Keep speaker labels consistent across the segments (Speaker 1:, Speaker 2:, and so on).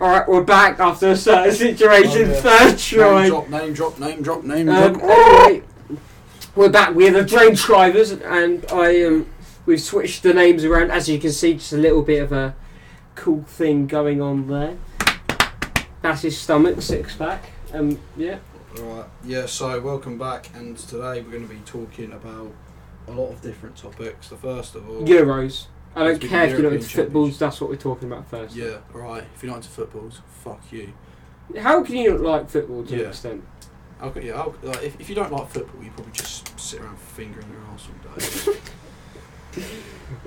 Speaker 1: all right, we're back after a certain situation,
Speaker 2: Oh, yeah.
Speaker 1: third try.
Speaker 2: Name drop, name drop, name drop, name
Speaker 1: Um,
Speaker 2: drop.
Speaker 1: anyway, we're back. We're the train drivers, and I um, we've switched the names around as you can see. Just a little bit of a cool thing going on there. That's his stomach six pack. Um, yeah,
Speaker 2: Right, yeah, so welcome back, and today we're going to be talking about a lot of different topics. The first of all,
Speaker 1: Euros. I don't
Speaker 2: It's been
Speaker 1: care if you're not
Speaker 2: European
Speaker 1: into footballs. That's what we're talking about first.
Speaker 2: yeah, right, if you're not into footballs, fuck you.
Speaker 1: How can you not like football to an
Speaker 2: Yeah.
Speaker 1: extent?
Speaker 2: I'll, yeah, I'll, like, if, if you don't like football, you probably just sit around fingering your arse all day.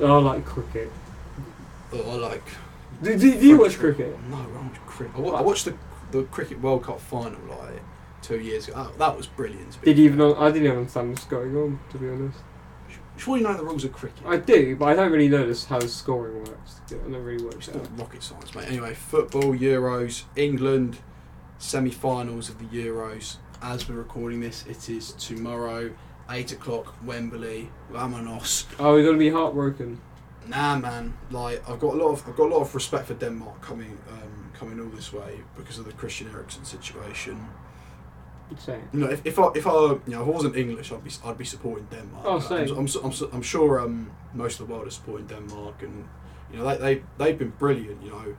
Speaker 1: Oh, I like cricket.
Speaker 2: but I like.
Speaker 1: Do, do, do you watch cricket?
Speaker 2: No, I watch cricket. I wa- I watched the, the Cricket World Cup final like two years ago. That, that was brilliant. to be
Speaker 1: Did you even?
Speaker 2: fair.
Speaker 1: know- I didn't even understand what's going on. To be honest.
Speaker 2: Sure, you know the rules of cricket.
Speaker 1: I do, but I don't really know this how the scoring works. I never really watched
Speaker 2: It's
Speaker 1: that.
Speaker 2: not rocket science, mate. Anyway, football, Euros, England, semi finals of the Euros. As we're recording this, it is tomorrow, 8 o'clock, Wembley, Vamonos.
Speaker 1: Oh, we're gonna be heartbroken.
Speaker 2: Nah, man. Like I've got a lot of I've got a lot of respect for Denmark coming um, coming all this way because of the Christian Eriksen situation.
Speaker 1: You'd say.
Speaker 2: You know, if, if I if I you know if I wasn't English, I'd be I'd be supporting Denmark.
Speaker 1: Oh,
Speaker 2: Like, I'm,
Speaker 1: same.
Speaker 2: I'm, su- I'm, su- I'm sure um, most of the world is supporting Denmark, and you know they they they've been brilliant. You know,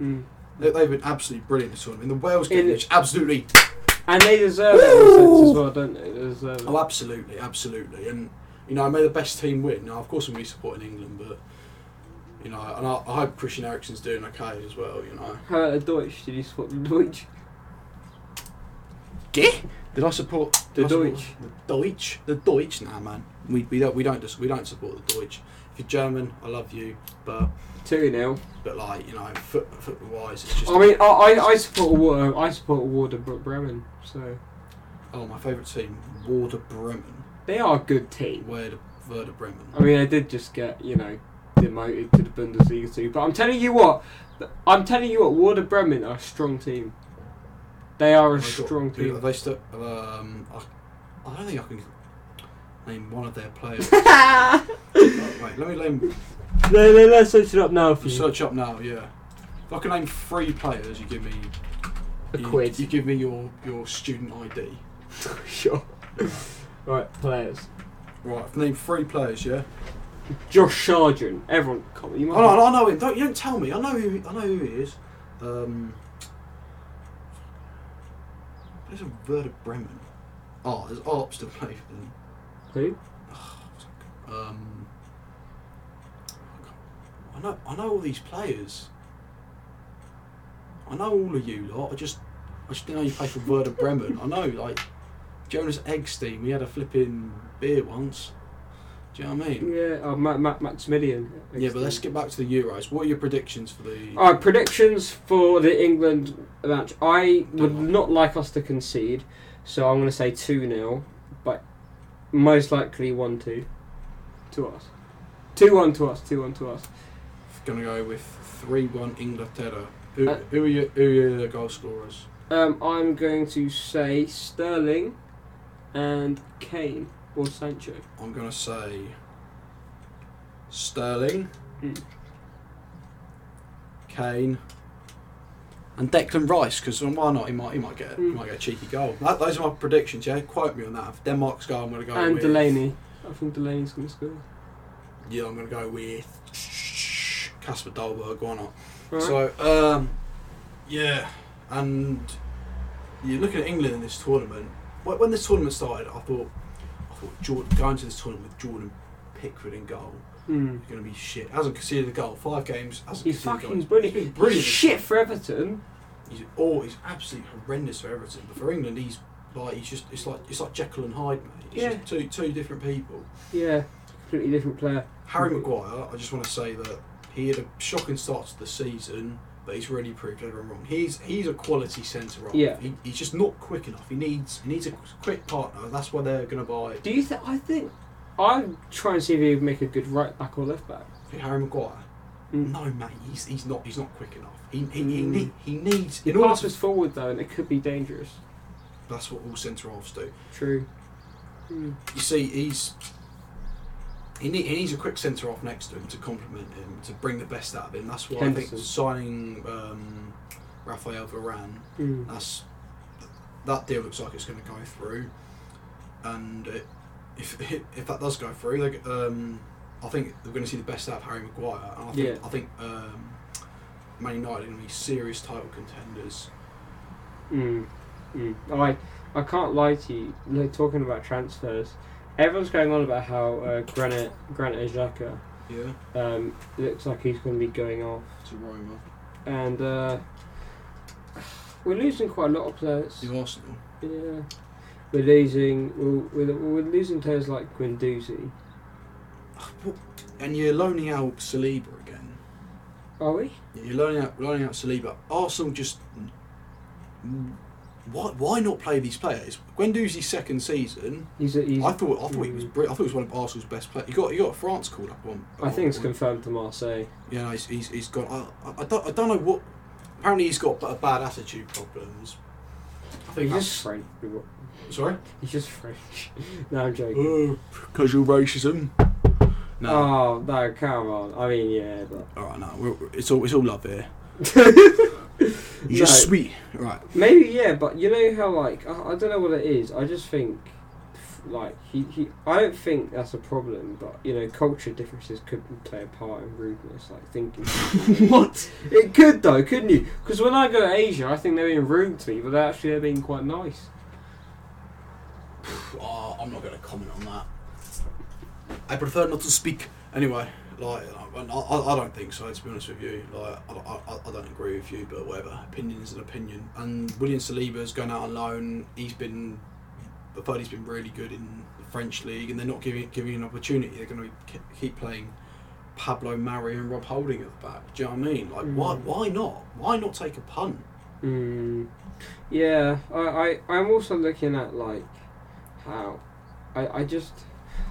Speaker 1: Mm.
Speaker 2: They, they've been absolutely brilliant this tournament. The Wales
Speaker 1: In-
Speaker 2: game, which absolutely,
Speaker 1: And they deserve it in a sense as well, don't they? They deserve it.
Speaker 2: oh, absolutely, absolutely, and you know, I may the best team win. Now, of course, I'm going to be supporting England, but you know, and I, I hope Christian Eriksen's doing okay as well. You know,
Speaker 1: How about the Deutsch? Did you support the Deutsch?
Speaker 2: did I support
Speaker 1: The
Speaker 2: did I support
Speaker 1: Deutsch.
Speaker 2: The Deutsch, the Deutsch. Nah, man, we, we don't we don't just, we don't support the Deutsch. If you're German, I love you, but
Speaker 1: 2 0.
Speaker 2: but like you know, foot, football wise, it's just.
Speaker 1: I mean, I, I, I support Water. I support Warder Bremen, so.
Speaker 2: oh, my favourite team, Werder Bremen.
Speaker 1: They are a good team.
Speaker 2: Werder, Werder Bremen.
Speaker 1: I mean, they did just get, you know, demoted to the Bundesliga too. But I'm telling you what, th- I'm telling you what, Warder Bremen are a strong team. They are a
Speaker 2: Have they got-
Speaker 1: strong
Speaker 2: do- Have
Speaker 1: team.
Speaker 2: they still? Um, I, I don't think I can name one of their players. oh, wait, let me name.
Speaker 1: No, no, let's search it up now for you.
Speaker 2: Search up now. Yeah, if I can name three players, you give me
Speaker 1: A
Speaker 2: you,
Speaker 1: quid.
Speaker 2: You give me your your student ID.
Speaker 1: sure. right, players.
Speaker 2: Right, I've named three players. Yeah.
Speaker 1: Josh Sargent. Everyone, come on, you
Speaker 2: Oh,
Speaker 1: might.
Speaker 2: no, no, I know him. Don't you don't tell me. I know who I know who he is. Um, there's a Werder Bremen. Oh, there's Arps to play for them.
Speaker 1: Who?
Speaker 2: Um, I know, I know all these players. I know all of you lot. I just, I just didn't know you play for Werder Bremen. I know, like Jonas Eggstein. We had a flipping beer once. Do you know what I mean?
Speaker 1: Yeah, oh, Ma- Ma- Maximilian.
Speaker 2: Yeah, but let's get back to the Euros. What are your predictions for the?
Speaker 1: All right, predictions for the England match. I would
Speaker 2: Denmark.
Speaker 1: not like us to concede, so I'm going to say 2 0, but most likely 1 2 to us. 2 1 to us, 2 1 to us.
Speaker 2: Gonna go with three-one Inglaterra. Who,
Speaker 1: Uh,
Speaker 2: who are your who are your goal scorers?
Speaker 1: Um, I'm going to say Sterling and Kane or Sancho.
Speaker 2: I'm gonna say Sterling,
Speaker 1: Mm.
Speaker 2: Kane, and Declan Rice. Because why not? He might he might get he
Speaker 1: Mm.
Speaker 2: might get a cheeky goal. That, those are my predictions. Yeah, quote me on that. If Denmark's goal, I'm gonna go
Speaker 1: and
Speaker 2: with
Speaker 1: Delaney. I think Delaney's going to score.
Speaker 2: Yeah, I'm gonna go with Casper Dolberg. Why not?
Speaker 1: Right.
Speaker 2: So um, yeah, and you look at England in this tournament. wh- When this tournament started, I thought I thought Jordan, going to this tournament with Jordan Pickford in goal.
Speaker 1: Hmm.
Speaker 2: It's going to be shit. Hasn't conceded a goal. Five games. Hasn't
Speaker 1: He's
Speaker 2: conceded a
Speaker 1: fucking
Speaker 2: goal.
Speaker 1: brilliant.
Speaker 2: He's been
Speaker 1: brilliant.
Speaker 2: brilliant.
Speaker 1: Shit for Everton.
Speaker 2: He's oh, he's absolutely horrendous for Everton. But for England, he's like he's just it's like it's like Jekyll and Hyde, mate. It's
Speaker 1: Yeah.
Speaker 2: just two two different people.
Speaker 1: Yeah, completely different player.
Speaker 2: Harry Maguire. I just want to say that he had a shocking start to the season, but he's really proved everyone wrong. He's he's a quality centre half.
Speaker 1: Yeah.
Speaker 2: He, he's just not quick enough. He needs he needs a quick partner. That's why they're going to buy
Speaker 1: Do you think? I think I'd try and see if he would make a good right back or left back.
Speaker 2: Harry Maguire.
Speaker 1: Mm.
Speaker 2: No, mate. He's he's not he's not quick enough. He he, he,
Speaker 1: Mm.
Speaker 2: need, he needs
Speaker 1: He
Speaker 2: in order to
Speaker 1: passes forward though, and it could be dangerous.
Speaker 2: That's what all centre halves do.
Speaker 1: True. Mm.
Speaker 2: You see, he's he, need, he needs a quick centre half next to him to complement him to bring the best out of him. That's why I
Speaker 1: Henderson.
Speaker 2: think signing um, Raphael Varane.
Speaker 1: Mm.
Speaker 2: That's that deal looks like it's going to go through, and it, if if that does go through, like um, I think we're going to see the best out of Harry Maguire. And I think
Speaker 1: Yeah.
Speaker 2: I think um, Man United are going to be serious title contenders.
Speaker 1: Mm, mm. I I can't lie to you. Like, talking about transfers, everyone's going on about how uh, Granite Granite Xhaka
Speaker 2: Yeah,
Speaker 1: um, looks like he's going to be going off,
Speaker 2: to Roma,
Speaker 1: and uh, we're losing quite a lot of players.
Speaker 2: to Arsenal.
Speaker 1: Yeah, we're losing we're, we're, we're losing players like Guendouzi.
Speaker 2: And you're loaning out Saliba again.
Speaker 1: Are we?
Speaker 2: You're loaning out loaning out Saliba. Arsenal just why why not play these players? Guendouzi's second season.
Speaker 1: He's a, he's. Mm-hmm.
Speaker 2: I thought I thought he was brilliant. I thought he was one of Arsenal's best players. He got he got France called up on.
Speaker 1: I think it's
Speaker 2: on-
Speaker 1: confirmed to Marseille.
Speaker 2: Yeah, no, he's, he's, he's got. I, I- I, don't, I don't know what. Apparently, he's got a bad attitude problems. I
Speaker 1: He's
Speaker 2: think
Speaker 1: just
Speaker 2: that's.
Speaker 1: French.
Speaker 2: Sorry? Oh,
Speaker 1: He's just French. no, I'm joking.
Speaker 2: Because you're racism? No.
Speaker 1: Oh no, come on. I mean, yeah, but
Speaker 2: Alright, no. We're, we're- it's, all, it's all love here. You're
Speaker 1: No.
Speaker 2: just sweet. Right.
Speaker 1: maybe yeah. But you know how like I, I don't know what it is. I just think f- like he, he I don't think that's a problem. But you know, culture differences could play a part in rudeness, like thinking.
Speaker 2: what?
Speaker 1: it could though, couldn't you? Because when I go to Asia, I think they're being rude to me, but they're actually they're being quite nice.
Speaker 2: Oh, I'm not going to comment on that. I prefer not to speak. Anyway, like, I, I, I don't think so, to be honest with you. Like, I, I, I- I don't agree with you, but whatever. Opinion is an opinion. And William Saliba's going out on loan. He's been, I've heard he's been really good in the French league, and they're not giving giving an opportunity. They're going to be, keep playing Pablo Mari and Rob Holding at the back. Do you know what I mean? Like, why,
Speaker 1: Mm.
Speaker 2: why not? Why not take a punt?
Speaker 1: Mm, yeah, I, I, I'm also looking at like how I, I just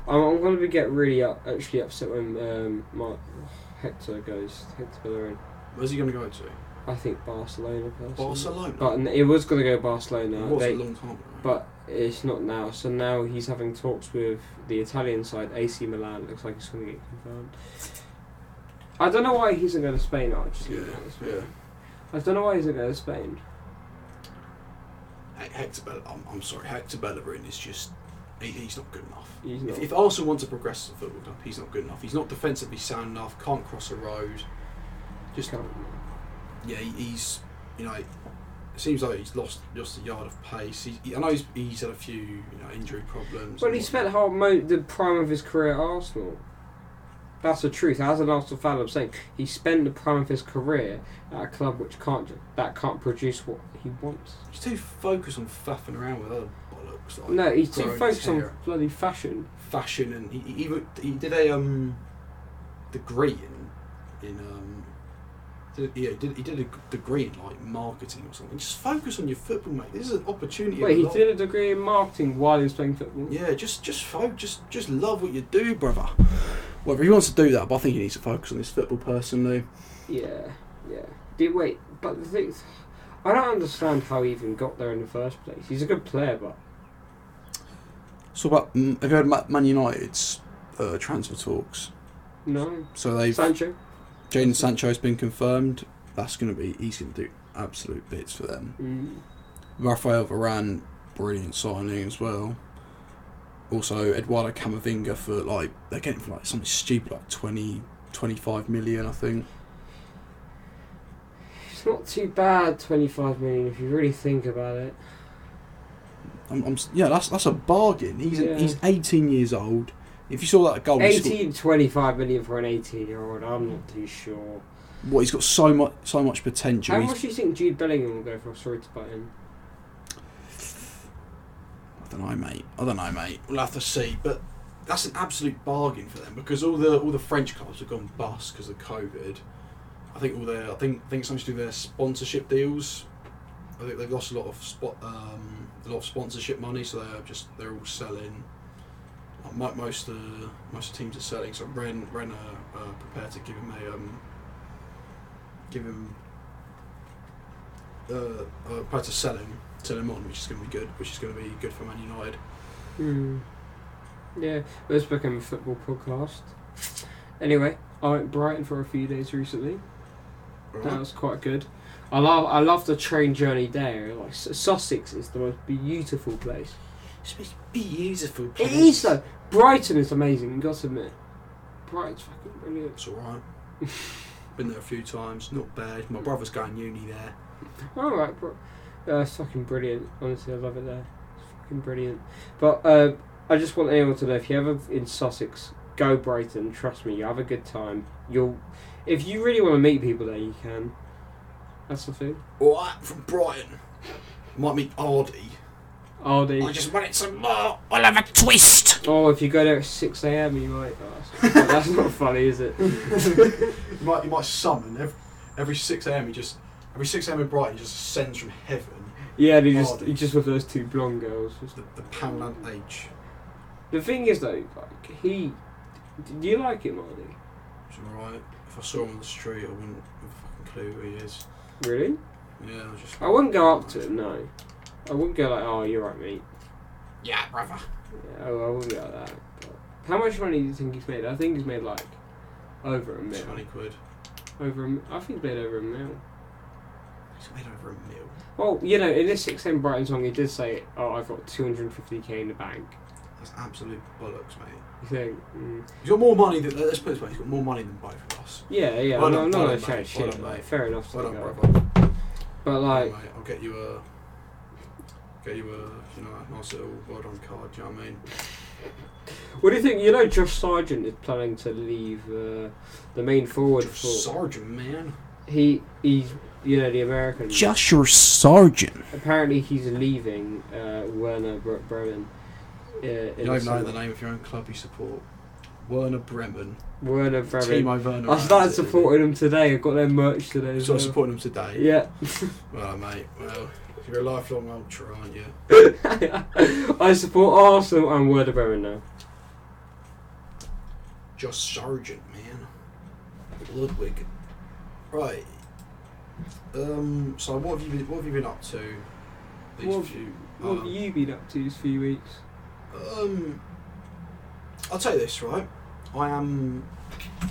Speaker 1: I'm, I'm going to be get really up, actually upset when um, my Hector goes Hector Bellerin.
Speaker 2: Where's he going to go to?
Speaker 1: I think Barcelona personally.
Speaker 2: Barcelona.
Speaker 1: But n- it was going to go
Speaker 2: it
Speaker 1: Barcelona.
Speaker 2: was
Speaker 1: They-
Speaker 2: a long time ago.
Speaker 1: but it's not now. So now he's having talks with the Italian side, AC Milan. Looks like it's going to get confirmed. I don't know why he isn't going to Spain. I just
Speaker 2: yeah, yeah.
Speaker 1: I don't know why he isn't going to Spain.
Speaker 2: He- Hector Bell, I'm, I'm sorry, Hector Bellerin is just he, he's not good enough.
Speaker 1: He's
Speaker 2: If,
Speaker 1: not.
Speaker 2: if Arsenal want to progress as a football club, he's not good enough. He's not defensively sound enough. Can't cross a road. Just
Speaker 1: Can't-
Speaker 2: yeah, he, he's you know, it seems like he's lost lost a yard of pace. He, he- I know he's, he's had a few you know injury problems.
Speaker 1: Well,
Speaker 2: and
Speaker 1: he spent
Speaker 2: whatnot.
Speaker 1: whole mo- the prime of his career at Arsenal. That's the truth. As an Arsenal fan, I'm saying he spent the prime of his career at a club which can't ju- that can't produce what he wants.
Speaker 2: he's too focused on faffing around with other bollocks. Like
Speaker 1: No, he's too
Speaker 2: growing
Speaker 1: focused on
Speaker 2: hair,
Speaker 1: bloody fashion.
Speaker 2: fashion, and he, he, he w- he did a um degree in in um did, yeah, he did, he did a g- degree in like marketing or something. Just focus on your football, mate. This is an opportunity. of
Speaker 1: Wait,
Speaker 2: a
Speaker 1: he
Speaker 2: lot.
Speaker 1: did a degree in marketing while he was playing football.
Speaker 2: Yeah, just just fo- just just love what you do, brother. Whether he wants to do that, but I think he needs to focus on his football personally.
Speaker 1: Yeah, yeah. Did wait, but the thing, is, I don't understand how he even got there in the first place. He's a good player, but
Speaker 2: So, about mm, have you heard Ma- Man United's uh, transfer talks?
Speaker 1: no.
Speaker 2: So they've
Speaker 1: Sancho.
Speaker 2: Jaden Sancho's been confirmed. That's going to be he's going to do absolute bits for them.
Speaker 1: Mm.
Speaker 2: Rafael Varane, brilliant signing as well. Also, Eduardo Camavinga for like they're getting for like something stupid like 20, 25 million, I think.
Speaker 1: It's not too bad. Twenty-five million, if you really think about it.
Speaker 2: I'm, I'm s- yeah, that's that's a bargain. He's
Speaker 1: Yeah.
Speaker 2: he's eighteen years old. If you saw
Speaker 1: Oh,
Speaker 2: that goal, he scored-
Speaker 1: 18, 25 million for an 18 year old, I'm not too sure.
Speaker 2: what he's got so much so much potential.
Speaker 1: How
Speaker 2: He's-
Speaker 1: much do you think Jude Bellingham will go for? Sorry to butt in.
Speaker 2: I don't know, mate. I don't know, mate. We'll have to see, but. That's an absolute bargain for them because all the all the French clubs have gone bust because of COVID. I think all their I think I think it's something to do with their sponsorship deals. I think they've lost a lot of spot um, a lot of sponsorship money, so they're just they're all selling. Like, mo- most uh, most teams are selling. So Ren Ren are uh, prepared to give him a um, give him uh, uh, prepared to sell him sell him on, which is going to be good, which is going to be good for Man United.
Speaker 1: Hmm. Yeah, let's become a football podcast. Anyway, I went Brighton for a few days recently. That was quite good. I love I love the train journey there. Like S- Sussex is the most beautiful place.
Speaker 3: It's supposed to be beautiful.
Speaker 1: It
Speaker 3: Place.
Speaker 1: is though. Brighton is amazing. You got to admit, Brighton's fucking brilliant.
Speaker 2: It's alright. Been there a few times, not bad. My brother's going uni there.
Speaker 1: All right, bro. Uh, it's fucking brilliant. Honestly, I love it there. It's fucking brilliant. But uh, I just want anyone to know if you ever in Sussex, go Brighton. Trust me, you have a good time. You'll, if you really want to meet people there, you can. That's the thing.
Speaker 2: Alright, from Brighton. Might meet Ardy.
Speaker 1: Oh, the-
Speaker 3: I just wanted some more. I'll have a twist.
Speaker 1: oh, if you go there at six a.m., you might. Oh, that's, that's not funny, is it?
Speaker 2: You might, you might summon every, every 6 a.m. He just every 6 a.m. in Brighton he just ascends from heaven.
Speaker 1: Yeah, and he just
Speaker 2: Hardy.
Speaker 1: he just with those two blonde girls. Just-
Speaker 2: The, the Poundland H.
Speaker 1: The thing is though, like he, do you like him, Marty?
Speaker 2: It's alright. If I saw him on the street, I wouldn't have a fucking clue who he is.
Speaker 1: Really?
Speaker 2: Yeah, I was just.
Speaker 1: I wouldn't go up to him. No, I wouldn't go like, oh, you're right, mate.
Speaker 3: Yeah, brother.
Speaker 1: Yeah, I I wouldn't go like that. But how much money do you think he's made? I think he's made like over a mil.
Speaker 2: 20 quid.
Speaker 1: Over, a m- I think he's made over a mil.
Speaker 2: He's made over a meal.
Speaker 1: Well, you know, in this six M Brighton song, he did say, "Oh, I've got two hundred and fifty k in the bank."
Speaker 2: That's absolute bollocks, mate.
Speaker 1: You think? Mm,
Speaker 2: He's got more money than. uh, Let's put it this way, he's got more money than both of us.
Speaker 1: yeah, yeah.
Speaker 2: Well
Speaker 1: I'm
Speaker 2: done,
Speaker 1: not,
Speaker 2: well
Speaker 1: I'm not
Speaker 2: done,
Speaker 1: gonna
Speaker 2: mate.
Speaker 1: chat
Speaker 2: Well
Speaker 1: shit.
Speaker 2: done,
Speaker 1: like,
Speaker 2: mate.
Speaker 1: fair enough. to
Speaker 2: Well done,
Speaker 1: go.
Speaker 2: brother.
Speaker 1: But like,
Speaker 2: Anyway, I'll get you a. Get you a, you know, a nice little well done card, do you know what I mean?
Speaker 1: What do you think? You know, Josh Sargent is planning to leave uh, the main forward
Speaker 2: Josh
Speaker 1: for
Speaker 2: Sargent, man.
Speaker 1: he he's you know the American.
Speaker 3: Joshua Sargent.
Speaker 1: Apparently, he's leaving uh, Werner Bre- Bremen. Uh, in
Speaker 2: You don't even know
Speaker 1: summer.
Speaker 2: the name of your own club you support. Werner Bremen.
Speaker 1: Werner Bremen.
Speaker 2: Timo Werner.
Speaker 1: I started
Speaker 2: Hansen.
Speaker 1: supporting them today. I got their merch today. As
Speaker 2: So
Speaker 1: well.
Speaker 2: I'm supporting them today.
Speaker 1: Yeah,
Speaker 2: Well, mate, well, you're a lifelong ultra, aren't you?
Speaker 1: I support Arsenal and Werder Bremen now.
Speaker 2: Josh Sargent, man. Ludwig. Right. Um. So what have you been? What have you been up to? These
Speaker 1: What-
Speaker 2: few.
Speaker 1: What have
Speaker 2: um,
Speaker 1: you been up to these few weeks?
Speaker 2: Um, I'll tell you this, right? I am.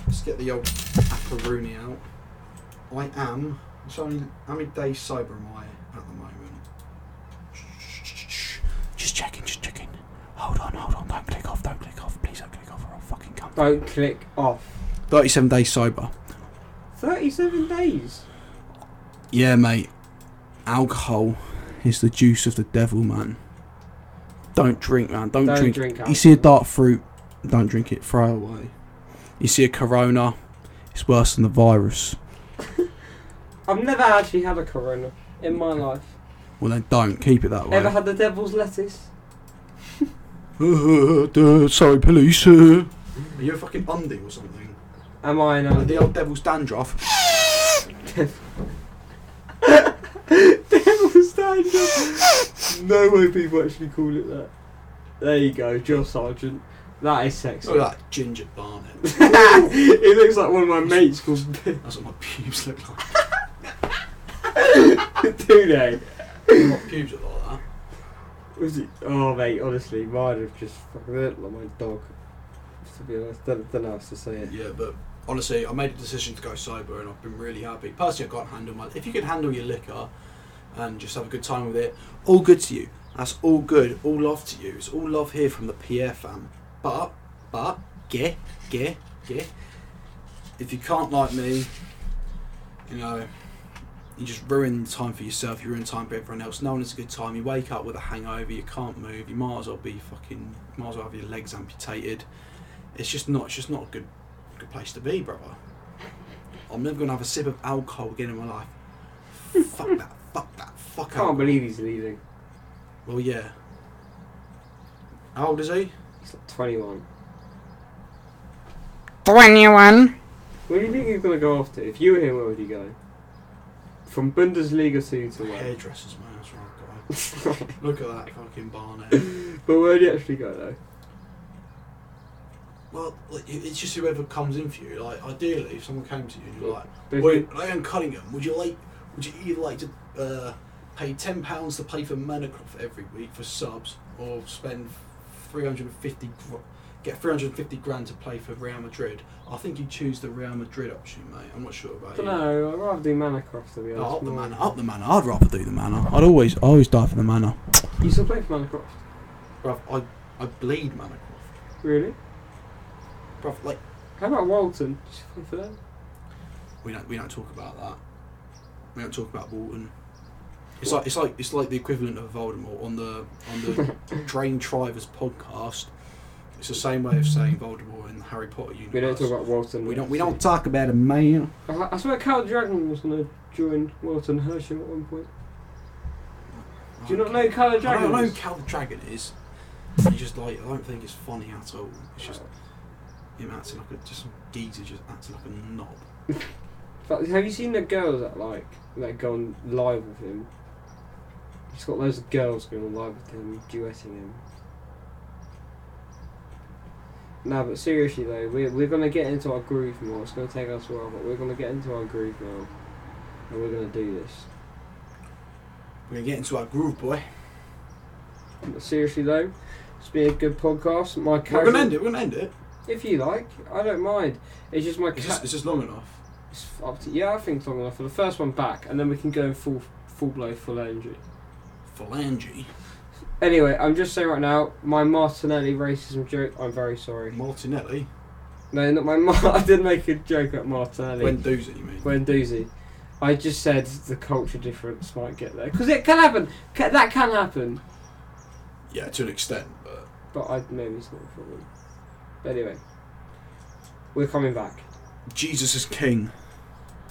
Speaker 2: Let's get the old pepperoni out. I am. It's only how many days sober am I at the moment?
Speaker 3: Just checking, just checking. Hold on, hold on. Don't click off, don't click off. Please don't click off or I'll fucking come.
Speaker 1: Don't click off.
Speaker 2: Thirty-seven days sober.
Speaker 1: Thirty-seven days.
Speaker 2: Yeah, mate. Alcohol is the juice of the devil, man. Don't drink, man. Don't,
Speaker 1: Don't
Speaker 2: drink.
Speaker 1: drink
Speaker 2: You see a
Speaker 1: alcohol.
Speaker 2: dark fruit, don't drink it. Throw it away. You see a corona, it's worse than the virus.
Speaker 1: I've never actually had a corona in my life.
Speaker 2: Well, then don't keep it that way.
Speaker 1: Ever had the devil's lettuce?
Speaker 2: Uh, duh, sorry, police. uh. Are you a fucking Bundy or something?
Speaker 1: Am I an
Speaker 2: Like the old devil's dandruff.
Speaker 1: devil's dandruff? no way people actually call it that. There you go, Joe Sargent. That is sexy.
Speaker 2: Look at that ginger barnet.
Speaker 1: it looks like one of my mates called
Speaker 2: That's what my pubes look like.
Speaker 1: Tune.
Speaker 2: my pubes look like that.
Speaker 1: Was it? Oh mate, honestly, mine have just fucking looked like my dog. To be honest, don't, don't know how else to say it.
Speaker 2: Yeah, but honestly, I made a decision to go sober, and I've been really happy. Personally, I can't handle my. If you can handle your liquor, and just have a good time with it, all good to you. That's all good. All love to you. It's all love here from the PF fam. But, but, get, get, get. If you can't like me, you know, you just ruin time for yourself. You ruin time for everyone else. No one has a good time. You wake up with a hangover. You can't move. You might as well be fucking. Might as well have your legs amputated. It's just not. It's just not a good good place to be, brother. I'm never gonna have a sip of alcohol again in my life. fuck that, fuck that, fuck
Speaker 1: Can't
Speaker 2: alcohol.
Speaker 1: believe he's leaving.
Speaker 2: Well, yeah. How old is he?
Speaker 1: He's like 21.
Speaker 3: 21.
Speaker 1: Where do you think he's gonna go off to? If you were him, where would you go? From Bundesliga two to where?
Speaker 2: Hairdressers, man. That's right, guy. Look at that fucking barnet.
Speaker 1: but where do you actually go though?
Speaker 2: Well, like, it- it's just whoever comes in for you. Like, ideally, if someone came to you and you're like,
Speaker 1: But if
Speaker 2: "Wait, Liam Cunningham, would you like? Would you either like to uh, pay ten pounds to pay for Manacroft every week for subs, or spend three hundred and fifty get 350 grand to play for Real Madrid, I think you choose the Real Madrid option, mate. I'm not sure about
Speaker 1: don't
Speaker 2: you.
Speaker 1: know. I'd rather do Manacroft to be honest.
Speaker 2: Oh, up the
Speaker 1: more.
Speaker 2: manor, up the manor. I'd rather do the manor. I'd always, I always die for the manor.
Speaker 1: You still play for Manacroft?
Speaker 2: Bruv, I, I bleed Manorcroft.
Speaker 1: Really?
Speaker 2: Bruv, like
Speaker 1: How about Walton? Did you play for them?
Speaker 2: we don't, we don't talk about that. We don't talk about Walton. It's like, it's like, it's like the equivalent of Voldemort on the on the Drain Trivers podcast. It's the same way of saying Voldemort in the Harry Potter universe.
Speaker 1: We don't talk about Walton.
Speaker 2: We don't. We don't talk about him, man.
Speaker 1: I, I swear, Carl Dragon was gonna join Walton Herschel at one point. Do you not know Carl
Speaker 2: I
Speaker 1: Dragon?
Speaker 2: don't know who Cal the Dragon is. It's just like I don't think it's funny at all. It's just him acting like a just some geezer just acting like a knob.
Speaker 1: But have you seen the girls that like that go on live with him? He's got loads of girls going on live with him, duetting him. No, but seriously though, we're, we're gonna get into our groove more. It's gonna take us a while, but we're gonna get into our groove now, and we're gonna do this.
Speaker 2: We're gonna get into our groove, boy.
Speaker 1: But seriously though, it's been a good podcast. My
Speaker 2: We're
Speaker 1: casual,
Speaker 2: gonna end it. We're gonna end it.
Speaker 1: if you like. I don't mind. It's just my
Speaker 2: It's
Speaker 1: ca-
Speaker 2: just, it's just long enough.
Speaker 1: It's up to yeah, I think it's long enough for the first one back, and then we can go in full full blow full energy.
Speaker 2: Phalange,
Speaker 1: Anyway, I'm just saying right now, my Martinelli racism joke. I'm very sorry.
Speaker 2: Martinelli,
Speaker 1: No, not my. Mar- I did make a joke at Martinelli.
Speaker 2: when doozy, you mean?
Speaker 1: When doozy. I just said the culture difference might get there because it can happen. Ca that can happen,
Speaker 2: Yeah, to an extent, but
Speaker 1: but I maybe it's not a problem. But anyway, we're coming back.
Speaker 2: Jesus is king.